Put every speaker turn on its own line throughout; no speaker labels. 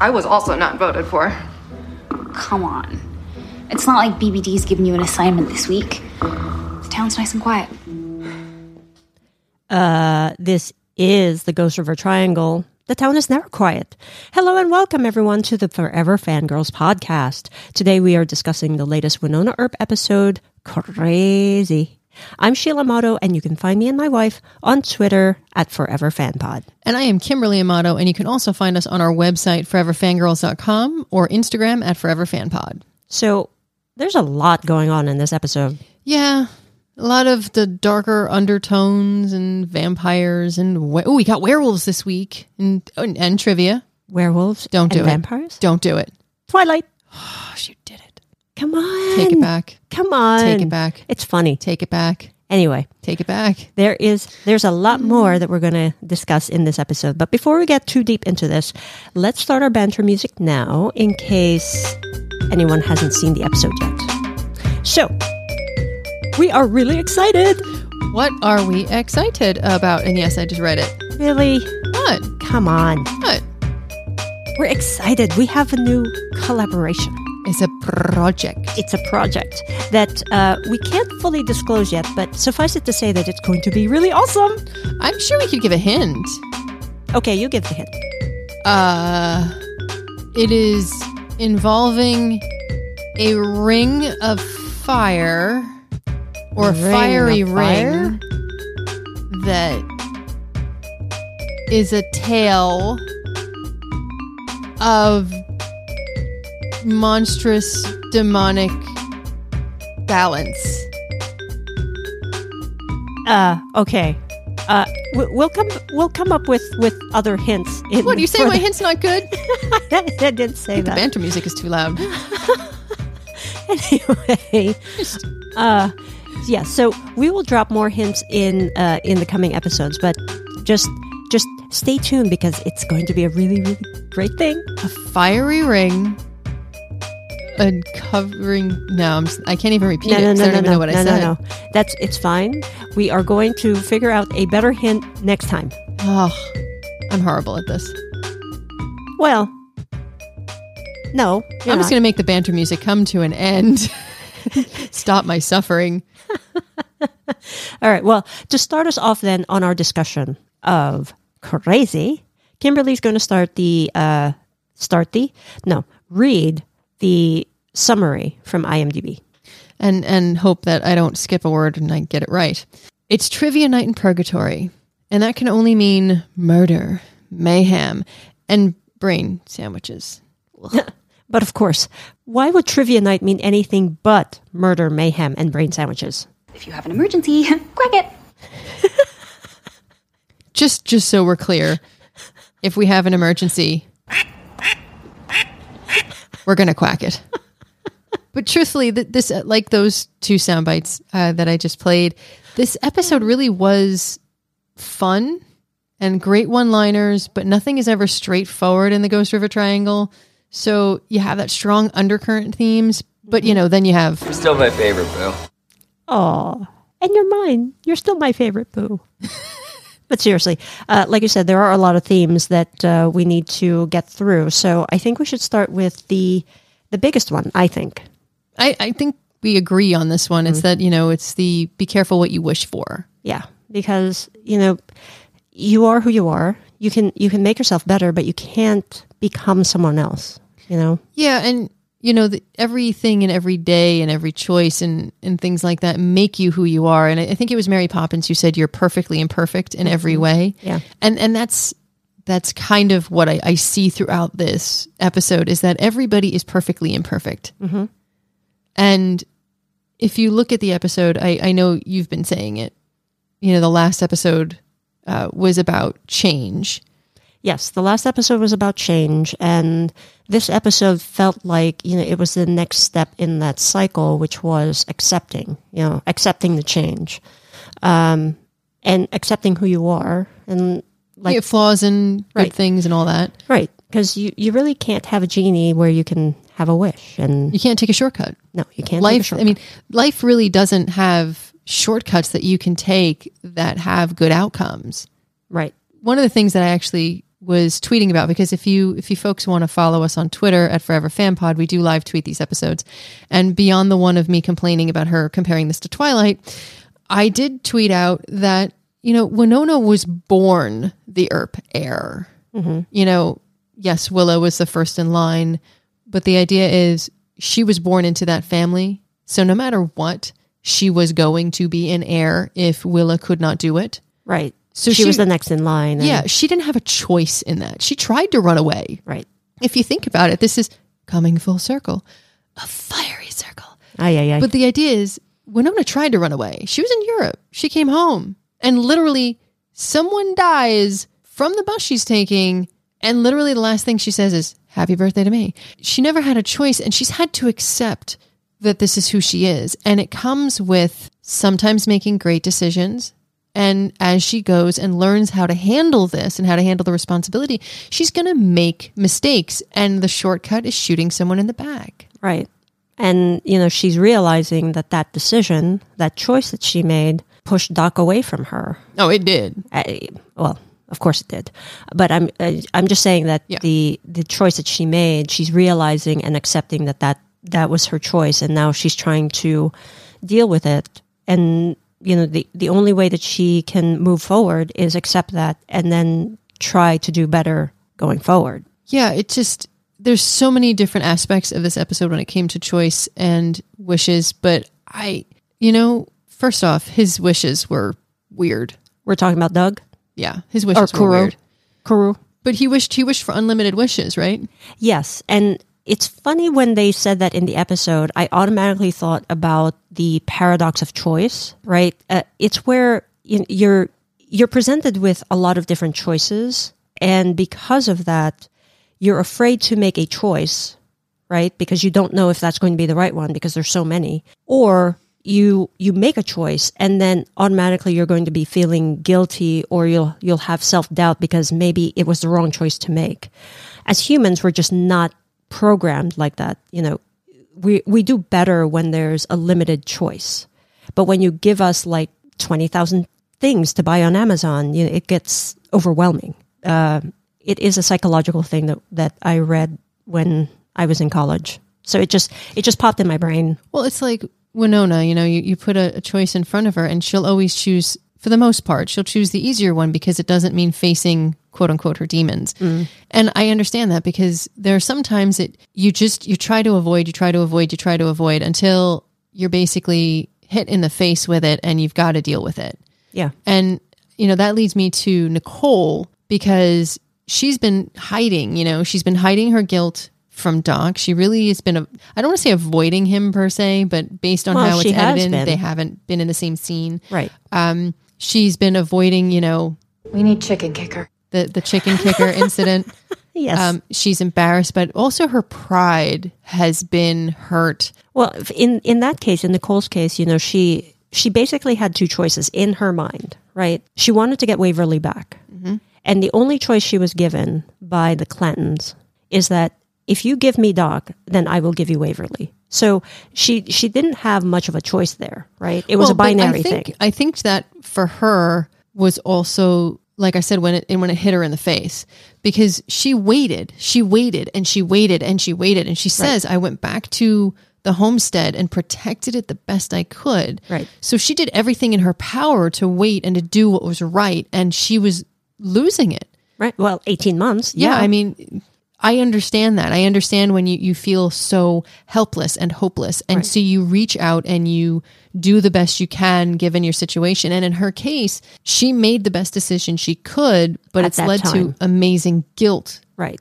I was also not voted for.
Come on. It's not like BBD's giving you an assignment this week. The town's nice and quiet.
Uh, this is the Ghost River Triangle. The town is never quiet. Hello and welcome everyone to the Forever Fangirls podcast. Today we are discussing the latest Winona Earp episode, Crazy. I'm Sheila Motto, and you can find me and my wife on Twitter at Forever Fan Pod.
And I am Kimberly Amato, and you can also find us on our website, foreverfangirls.com, or Instagram at foreverfanpod.
So there's a lot going on in this episode.
Yeah, a lot of the darker undertones and vampires, and we- oh, we got werewolves this week, and, and, and trivia.
Werewolves,
Don't do
and
it.
Vampires,
Don't do it.
Twilight.
Gosh, Oh, you did it.
Come on,
Take it back.
Come on,
Take it back.
It's funny.
Take it back.
Anyway,
Take it back.
there is there's a lot more that we're going to discuss in this episode. But before we get too deep into this, let's start our banter music now, in case anyone hasn't seen the episode yet. So. We are really excited.
What are we excited about? And yes, I just read it.
Really?
What?
Come on.
What?
We're excited. We have a new collaboration.
It's a project.
It's a project that uh, we can't fully disclose yet, but suffice it to say that it's going to be really awesome.
I'm sure we could give a hint.
Okay, you give the hint.
Uh, it is involving a ring of fire or a
Ring of
fiery
fire?
ring that is a tale of monstrous demonic balance.
Uh, okay. Uh, we- we'll come. We'll come up with with other hints. In
What, you say
for
my
the-
hint's not good?
I didn't say
The
that.
banter music is too loud.
anyway, uh, yeah. So we will drop more hints in uh, in the coming episodes, but just just stay tuned because it's going to be a really really great thing.
a fiery ring uncovering no I'm, s- i can't even repeat it 'cause i don't even know what
no,
i said
no, no. That's it's fine. We are going to figure out a better hint next time.
oh i'm horrible at this
Well, no, you're
i'm just
not.
going to make the banter music come to an end stop my suffering
All right. Well, to start us off then on our discussion of crazy, Kimberly's going to start the uh, start the no read the summary from IMDb.
and and hope that I don't skip a word and I get it right. It's trivia night in purgatory, and that can only mean murder, mayhem, and brain sandwiches.
But of course, why would trivia night mean anything but murder, mayhem, and brain sandwiches?
If you have an emergency, crack it.
Just just so we're clear, if we have an emergency, we're gonna quack it. But truthfully, th- this uh, like those two sound bites uh, that I just played. This episode really was fun and great one-liners, but nothing is ever straightforward in the Ghost River Triangle. So you have that strong undercurrent themes, but you know, then you have
You're still my favorite, boo.
Oh, and you're mine. You're still my favorite boo. but seriously, uh, like you said, there are a lot of themes that uh, we need to get through. So I think we should start with the the biggest one. I think.
I, I think we agree on this one. It's that you know, it's the be careful what you wish for.
Yeah, because you know, you are who you are. You can you can make yourself better, but you can't become someone else. You know.
Yeah, and you know, the, everything and every day and every choice and and things like that make you who you are. And I, I think it was Mary Poppins who said you're perfectly imperfect in every way.
Mm-hmm. Yeah.
and and that's that's kind of what I, I see throughout this episode is that everybody is perfectly imperfect.
Mm-hmm.
And if you look at the episode, I, I know you've been saying it. You know, the last episode uh, was about change.
Yes, the last episode was about change, and this episode felt like you know it was the next step in that cycle, which was accepting, you know, accepting the change. Um, and accepting who you are and like
Yeah, flaws and good
Right.
things and all that.
right because you, you really can't have a genie where you can have a wish and
You can't take a shortcut.
no you can't take a
life
shortcut.
i mean life really doesn't have shortcuts that you can take that have good outcomes
right
one of the things that i actually was tweeting about because if you if you folks want to follow us on twitter at forever fan pod we do live tweet these episodes and beyond the one of me complaining about her comparing this to twilight i did tweet out that you know winona was born the erp heir you know yes willow was the first in line but the idea is she was born into that family. So no matter what, she was going to be an heir if Willa could not do it.
right
So
so she, was
she-
the next in line and-
Yeah, she didn't have a choice in that. She tried to run away.
right
If you think about it, this is coming full circle, a fiery circle.
ah yeah yeah
But the idea is Winona tried to run away. She was in Europe. She came home and literally someone dies from the bus she's taking. And literally the last thing she says is, Happy birthday to me. She never had a choice and she's had to accept that this is who she is. And it comes with sometimes making great decisions. And as she goes and learns how to handle this and how to handle the responsibility, she's going to make mistakes. And the shortcut is shooting someone in the back.
Right. And, you know, she's realizing that that decision, that choice that she made, pushed Doc away from her.
Oh, it did.
I, well, of course it did. But I'm, I, I'm just saying that
Yeah.
the, the choice that she made, she's realizing and accepting that, that that was her choice. And now she's trying to deal with it. And, you know, the, the only way that she can move forward is accept that and then try to do better going forward.
Yeah, it just there's so many different aspects of this episode when it came to choice and wishes, but I you know, first off, his wishes were weird.
We're talking about Doug?
Yeah, his wishes were
Kuro.
weird.
Karu?
But he wished he wished for unlimited wishes, right?
Yes, and it's funny when they said that in the episode, I automatically thought about the paradox of choice, right? Uh, it's where you- you're you're presented with a lot of different choices, and because of that, you're afraid to make a choice, right? Because you don't know if that's going to be the right one because there's so many. Or you you make a choice and then automatically you're going to be feeling guilty or you'll you'll have self-doubt because maybe it was the wrong choice to make. As humans, we're just not programmed like that, you know. We we do better when there's a limited choice. But when you give us like 20,000 things to buy on Amazon, you know, it gets overwhelming. Uh, it is a psychological thing that, that I read when I was in college. So it just it just popped in my brain.
Well, it's like Winona, you know, you, you put a, a choice in front of her and she'll always choose, for the most part, she'll choose the easier one because it doesn't mean facing quote unquote her demons. And I understand that because there are sometimes it you just you try to avoid, you try to avoid, you try to avoid until you're basically hit in the face with it and you've got to deal with it.
Yeah.
And, you know, that leads me to Nicole because she's been hiding, you know, she's been hiding her guilt from Doc. She really has been, a, I don't want to say avoiding him per se, but based on
Well,
how
she
it's
has
edited, in,
been.
they haven't been in the same scene.
Right.
Um, she's been avoiding, you know,
We need chicken kicker.
the, the chicken kicker incident.
Yes.
Um, she's embarrassed, but also her pride has been hurt.
well, if- in in that case, in Nicole's case, you know, she she basically had two choices in her mind, right? She wanted to get Waverly back.
Mm-hmm.
And the only choice she was given by the Clantons is that if you give me Doc, then I will give you Waverly. So she she didn't have much of a choice there, right? It was a
Well, but
binary
I think,
thing.
I think that for her was also like I said when it and when it hit her in the face because she waited, she waited, and she waited, and she waited, and she says, "I went back to the homestead and protected it the best I could."
Right.
So she did everything in her power to wait and to do what was right, and she was losing it.
Right. Well, 18 months.
Yeah, I mean, I understand that. I understand when you, you feel so helpless and hopeless. And so you reach out and you do the best you can given your situation. And in her case, she made the best decision she could, but
At
it's
that
led
time.
to amazing guilt.
Right.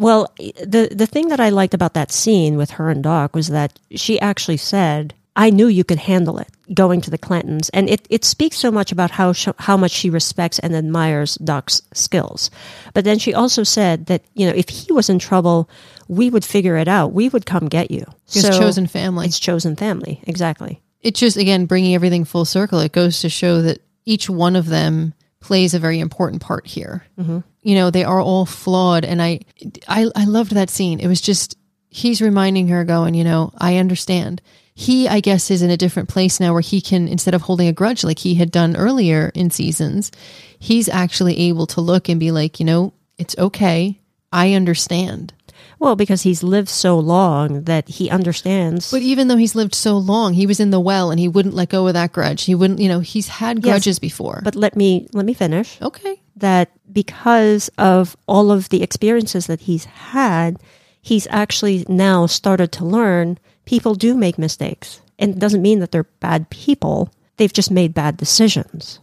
Well, the the thing that I liked about that scene with her and Doc was that she actually said, "I knew you could handle it." Going to the Clintons, and it, it speaks so much about how sh- how much she respects and admires Doc's skills. But then she also said that you know if he was in trouble, we would figure it out. We would come get you.
His chosen family.
His chosen family, exactly.
It's just, again, bringing everything full circle. It goes to show that each one of them plays a very important part here. You know, they are all flawed, and I, I, I loved that scene. It was just he's reminding her, going, you know, I understand. He, I guess, is in a different place now where he can, instead of holding a grudge like he had done earlier in seasons, he's actually able to look and be like, you know, it's okay. I understand.
Well, because he's lived so long that he understands.
But even though he's lived so long, he was in the well and he wouldn't let go of that grudge. He wouldn't, you know, he's had grudges before.
but let me let me finish.
okay.
that because of all of the experiences that he's had, he's actually now started to learn people do make mistakes. And it doesn't mean that they're bad people, they've just made bad decisions.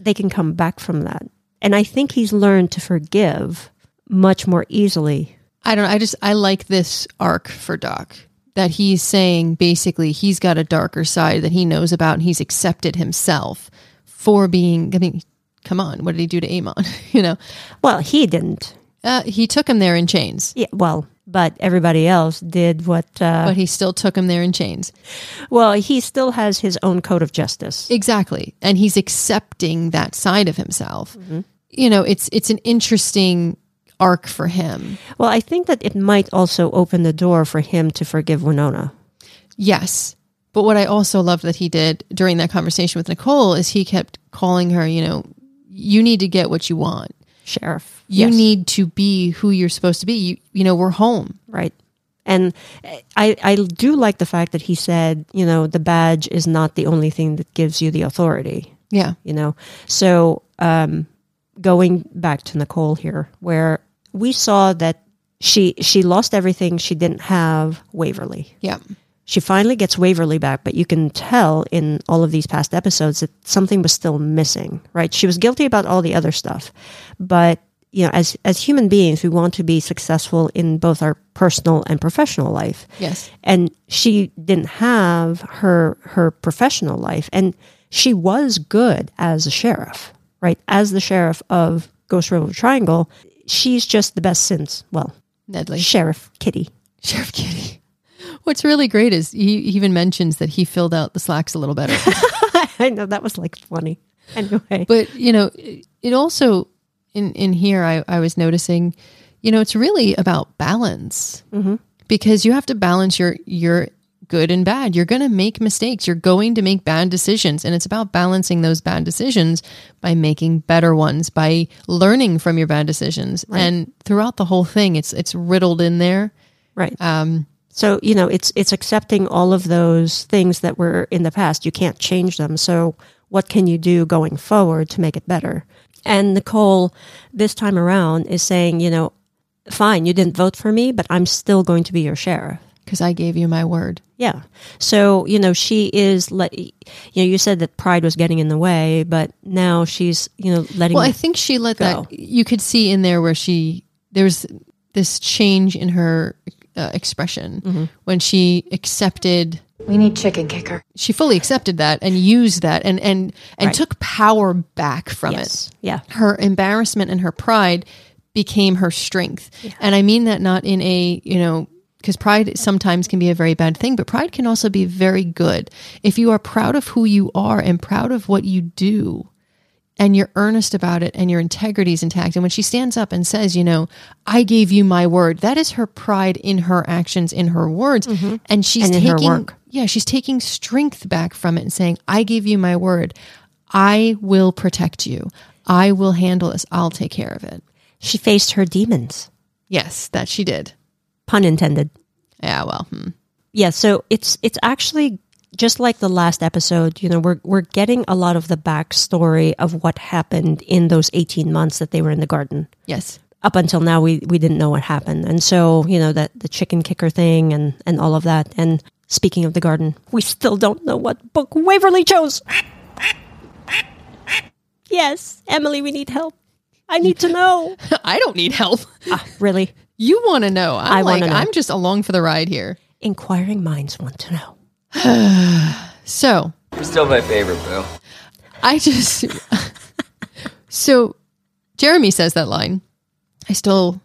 They can come back from that. And I think he's learned to forgive much more easily.
I don't know. I just, I like this arc for Doc that he's saying basically he's got a darker side that he knows about and he's accepted himself for being, I mean, come on, what did he do to Amon? you know,
Well, he didn't.
uh, he took him there in chains,
Yeah, well, but everybody else did what. Uh,
but he still took him there in chains.
well, he still has his own code of justice.
Exactly. And he's accepting that side of himself. You know, it's, it's an interesting arc for him.
Well, I think that it might also open the door for him to forgive Winona.
Yes. But what I also loved that he did during that conversation with Nicole is he kept calling her, you know, you need to get what you want.
sheriff.
You need to be who you're supposed to be. You, you know, we're home.
right. And I I do like the fact that he said, you know, the badge is not the only thing that gives you the authority,
Yeah.
you know. So, um going back to Nicole here where we saw that she she lost everything she didn't have Waverly.
Yeah.
She finally gets Waverly back, but you can tell in all of these past episodes that something was still missing, right? She was guilty about all the other stuff. But, you know, as as human beings, we want to be successful in both our personal and professional life.
Yes.
And she didn't have her her professional life and she was good as a sheriff, right? As the sheriff of Ghost River Triangle, she's just the best since, well,
Nedley.
Sheriff Kitty.
Sheriff Kitty. What's really great is he he even mentions that he filled out the slacks a little better.
I know that was like funny. Anyway.
but you know it also in in here i i was noticing you know it's really about balance because you have to balance your your good and bad you're going to make mistakes you're going to make bad decisions and it's about balancing those bad decisions by making better ones by learning from your bad decisions and throughout the whole thing it's it's riddled in there
Right. Um, so you know, it's it's accepting all of those things that were in the past. You can't change them. So what can you do going forward to make it better? And Nicole, this time around, is saying, you know, fine, you didn't vote for me, but I'm still going to be your sheriff.
because i gave you my word
Yeah. So you know, she is. Let, you know, you said that pride was getting in the way, but now she's you know letting.
Well, I think she let
go.
that. You could see in there where she there's this change in her uh, expression
Mm-hmm.
when she accepted.
We need chicken kicker.
She fully accepted that and used that and and and took power back from
yes. Yeah.
it. Her embarrassment and her pride became her strength, and I mean that not in a you know. Because pride sometimes can be a very bad thing, but pride can also be very good. If you are proud of who you are and proud of what you do, and you're earnest about it and your integrity is intact. And when she stands up and says, you know, I gave you my word, that is her pride in her actions, in her words. And she's
Mm-hmm. And in
taking,
her work.
yeah, she's taking strength back from it and saying, I gave you my word. I will protect you. I will handle this. I'll take care of it.
She faced her demons.
Yes, that she did.
Pun intended.
Yeah, well, hmm.
yeah so it's it's actually just like the last episode you know we're we're getting a lot of the backstory of what happened in those 18 months that they were in the garden
yes.
up until now we we didn't know what happened and so you know that the chicken kicker thing and and all of that and speaking of the garden we still don't know what book waverly chose yes emily we need help i need to know
I don't need help.
really
You want to know. I'm
I wanna
like,
know.
I'm just along for the ride here.
inquiring minds want to know
So
You're still my favorite, boo.
I just so Jeremy says that line. I still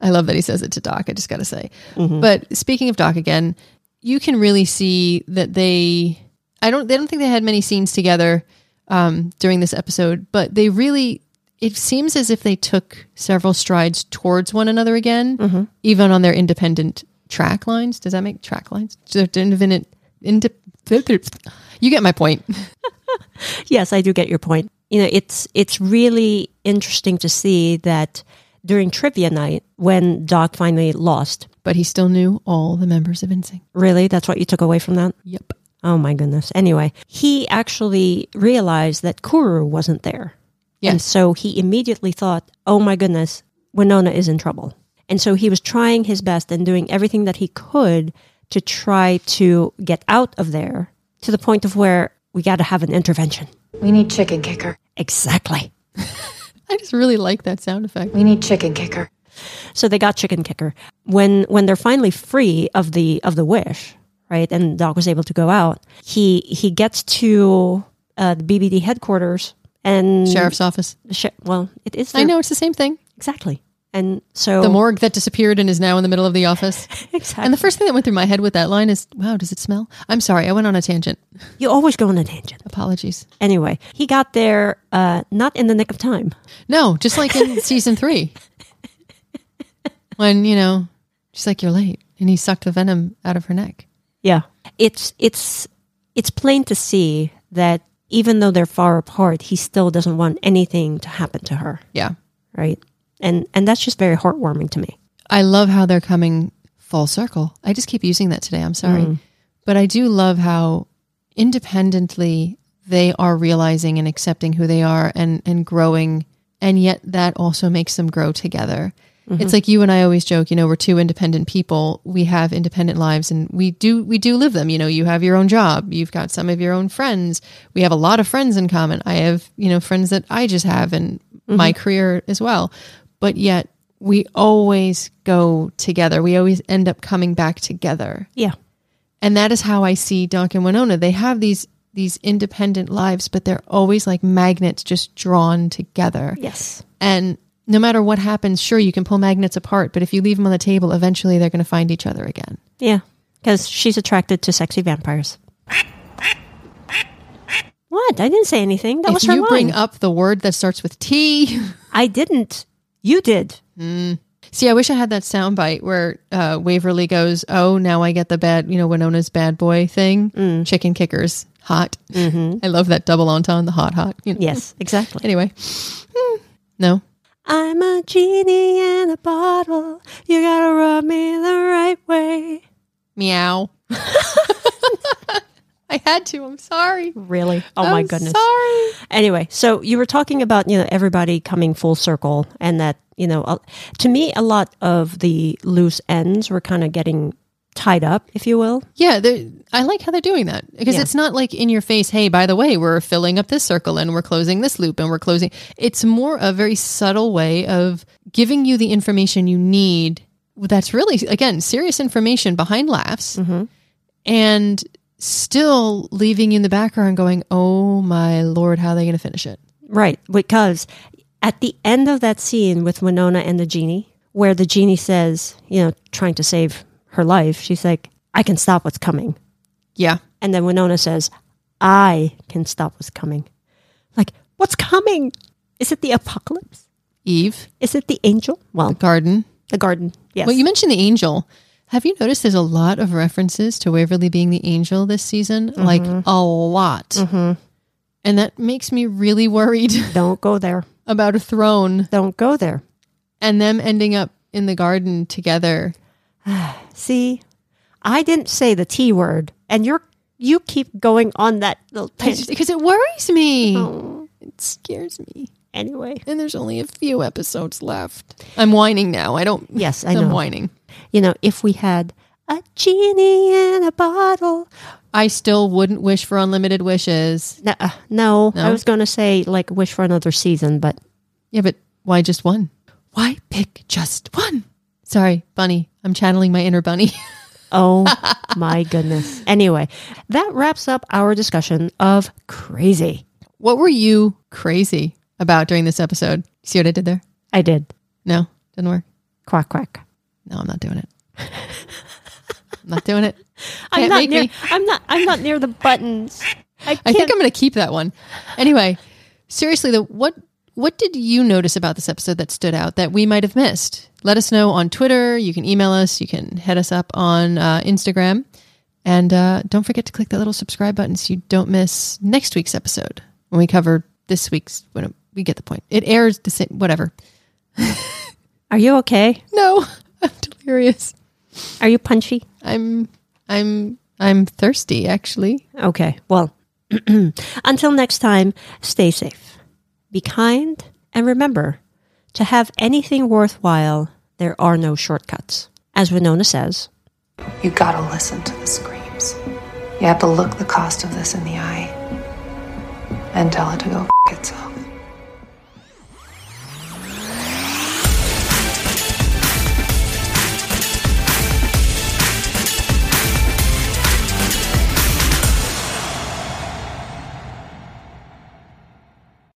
I love that he says it to Doc. I just got to say. But speaking of Doc again, you can really see that they I don't they don't think they had many scenes together. um, during this episode, but they really, it seems as if they took several strides towards one another again, even on their independent track lines. Does that make track lines? Their independent, indep- you get my point.
Yes, I do get your point. You know, it's it's really interesting to see that during trivia night when Doc finally lost.
But he still knew all the members of NSYNC.
Really, that's what you took away from that?
Yep.
Oh my goodness. Anyway, he actually realized that Kuru wasn't there. And
Yes.
so he immediately thought, oh my goodness, Winona is in trouble. And so he was trying his best and doing everything that he could to try to get out of there to the point of where we got to have an intervention.
We need chicken kicker.
Exactly.
I just really like that sound effect.
We need chicken kicker.
So they got chicken kicker. When when they're finally free of the of the wish, right? And Doc was able to go out. He he gets to uh, the BBD headquarters and
Sheriff's office.
the sh- well, it is.
I
their-
know it's the same thing.
exactly. And so
The morgue that disappeared and is now in the middle of the office.
exactly.
And the first thing that went through my head with that line is, wow, does it smell? I'm sorry, I went on a tangent.
you always go on a tangent.
Apologies.
Anyway, he got there uh, not in the nick of time.
No, just like in season three, when, you know, she's like, you're late. And he sucked the venom out of her neck.
Yeah, it's it's it's plain to see that even though they're far apart, he still doesn't want anything to happen to her,
Yeah.
right? And and that's just very heartwarming to me.
I love how they're coming full circle. I just keep using that today. I'm sorry. But I do love how independently they are realizing and accepting who they are and and growing and yet that also makes them grow together. It's like you and I always joke, you know, we're two independent people. We have independent lives and we do we do live them. You know, you have your own job, you've got some of your own friends. We have a lot of friends in common. I have, you know, friends that I just have and my career as well. But yet we always go together. We always end up coming back together.
Yeah,
And that is how I see Doc and Winona. They have these these independent lives, but they're always like magnets just drawn together.
yes,
And no matter what happens, sure you can pull magnets apart, but if you leave them on the table, eventually they're going to find each other again.
yeah, because she's attracted to sexy vampires. What? I didn't say anything. That was
if
her
you
line.
bring up the word that starts with T,
I didn't. You did.
see, I wish I had that soundbite where uh, Waverly goes, "Oh, now I get the bad, you know, Winona's bad boy thing,
Mm.
chicken kickers, hot."
Mm-hmm.
I love that double entendre, the hot, hot. you know.
Yes, exactly.
Anyway, Hmm. no,
I'm a genie in a bottle. You gotta rub me the right way.
meow. I had to. I'm sorry.
Really? Oh my
I'm
goodness.
Sorry.
Anyway, so you were talking about, you know, everybody coming full circle and that, you know, uh, to me, a lot of the loose ends were kind of getting tied up, if you will.
Yeah, they're- I like how they're doing that because
Yeah.
it's not like in your face, hey, by the way, we're filling up this circle and we're closing this loop and we're closing. It's more a very subtle way of giving you the information you need that's really, again, serious information behind laughs and still leaving you in the background going, oh my Lord, how are they going to finish it?
Right. Because at the end of that scene with Winona and the genie, where the genie says, you know, trying to save her life, she's like, I can stop what's coming.
Yeah.
And then Winona says, I can stop what's coming. Like, what's coming? Is it the apocalypse?
Eve,
Is it the angel? Well,
garden.
the garden. Yes.
Well, you mentioned the angel. Have you noticed there's a lot of references to Waverly being the angel this season?
Mm-hmm.
Like a lot. And that makes me really worried
Don't go there.
about a throne
Don't go there.
and them ending up in the garden together.
See, I didn't say the T word, and you're you keep going on that little tangent
Because it worries me.
Oh.
It scares me.
anyway.
And there's only a few episodes left. I'm whining now. I don't.
Yes, I
I'm
know.
whining.
You know, if we had a genie in a bottle,
I still wouldn't wish for unlimited wishes.
no, uh, no, I was going to say like wish for another season, but
Yeah, but why just one? Why pick just one? Sorry, bunny. I'm channeling my inner bunny.
Oh my goodness. Anyway, that wraps up our discussion of crazy.
what were you crazy about during this episode? See what I did there?
I did.
No, didn't work.
Quack, quack.
No, I'm not doing it. I'm not doing it.
I'm
Can't
not
make
near
me.
I'm not I'm not near the buttons.
I, think I'm going to keep that one. Anyway, seriously though, what what did you notice about this episode that stood out that we might have missed? Let us know on Twitter. You can email us. You can head us up on uh, Instagram, and uh, don't forget to click that little subscribe button so you don't miss next week's episode when we cover this week's. When we get the point, it airs the same. Whatever.
Are you okay?
No, I'm delirious.
Are you punchy?
I'm I'm I'm thirsty actually.
Okay. Well, until next time, stay safe, be kind, and remember to have anything worthwhile, there are no shortcuts. As Winona says,
You gotta listen to the screams. You have to look the cost of this in the eye and tell it to go f- itself.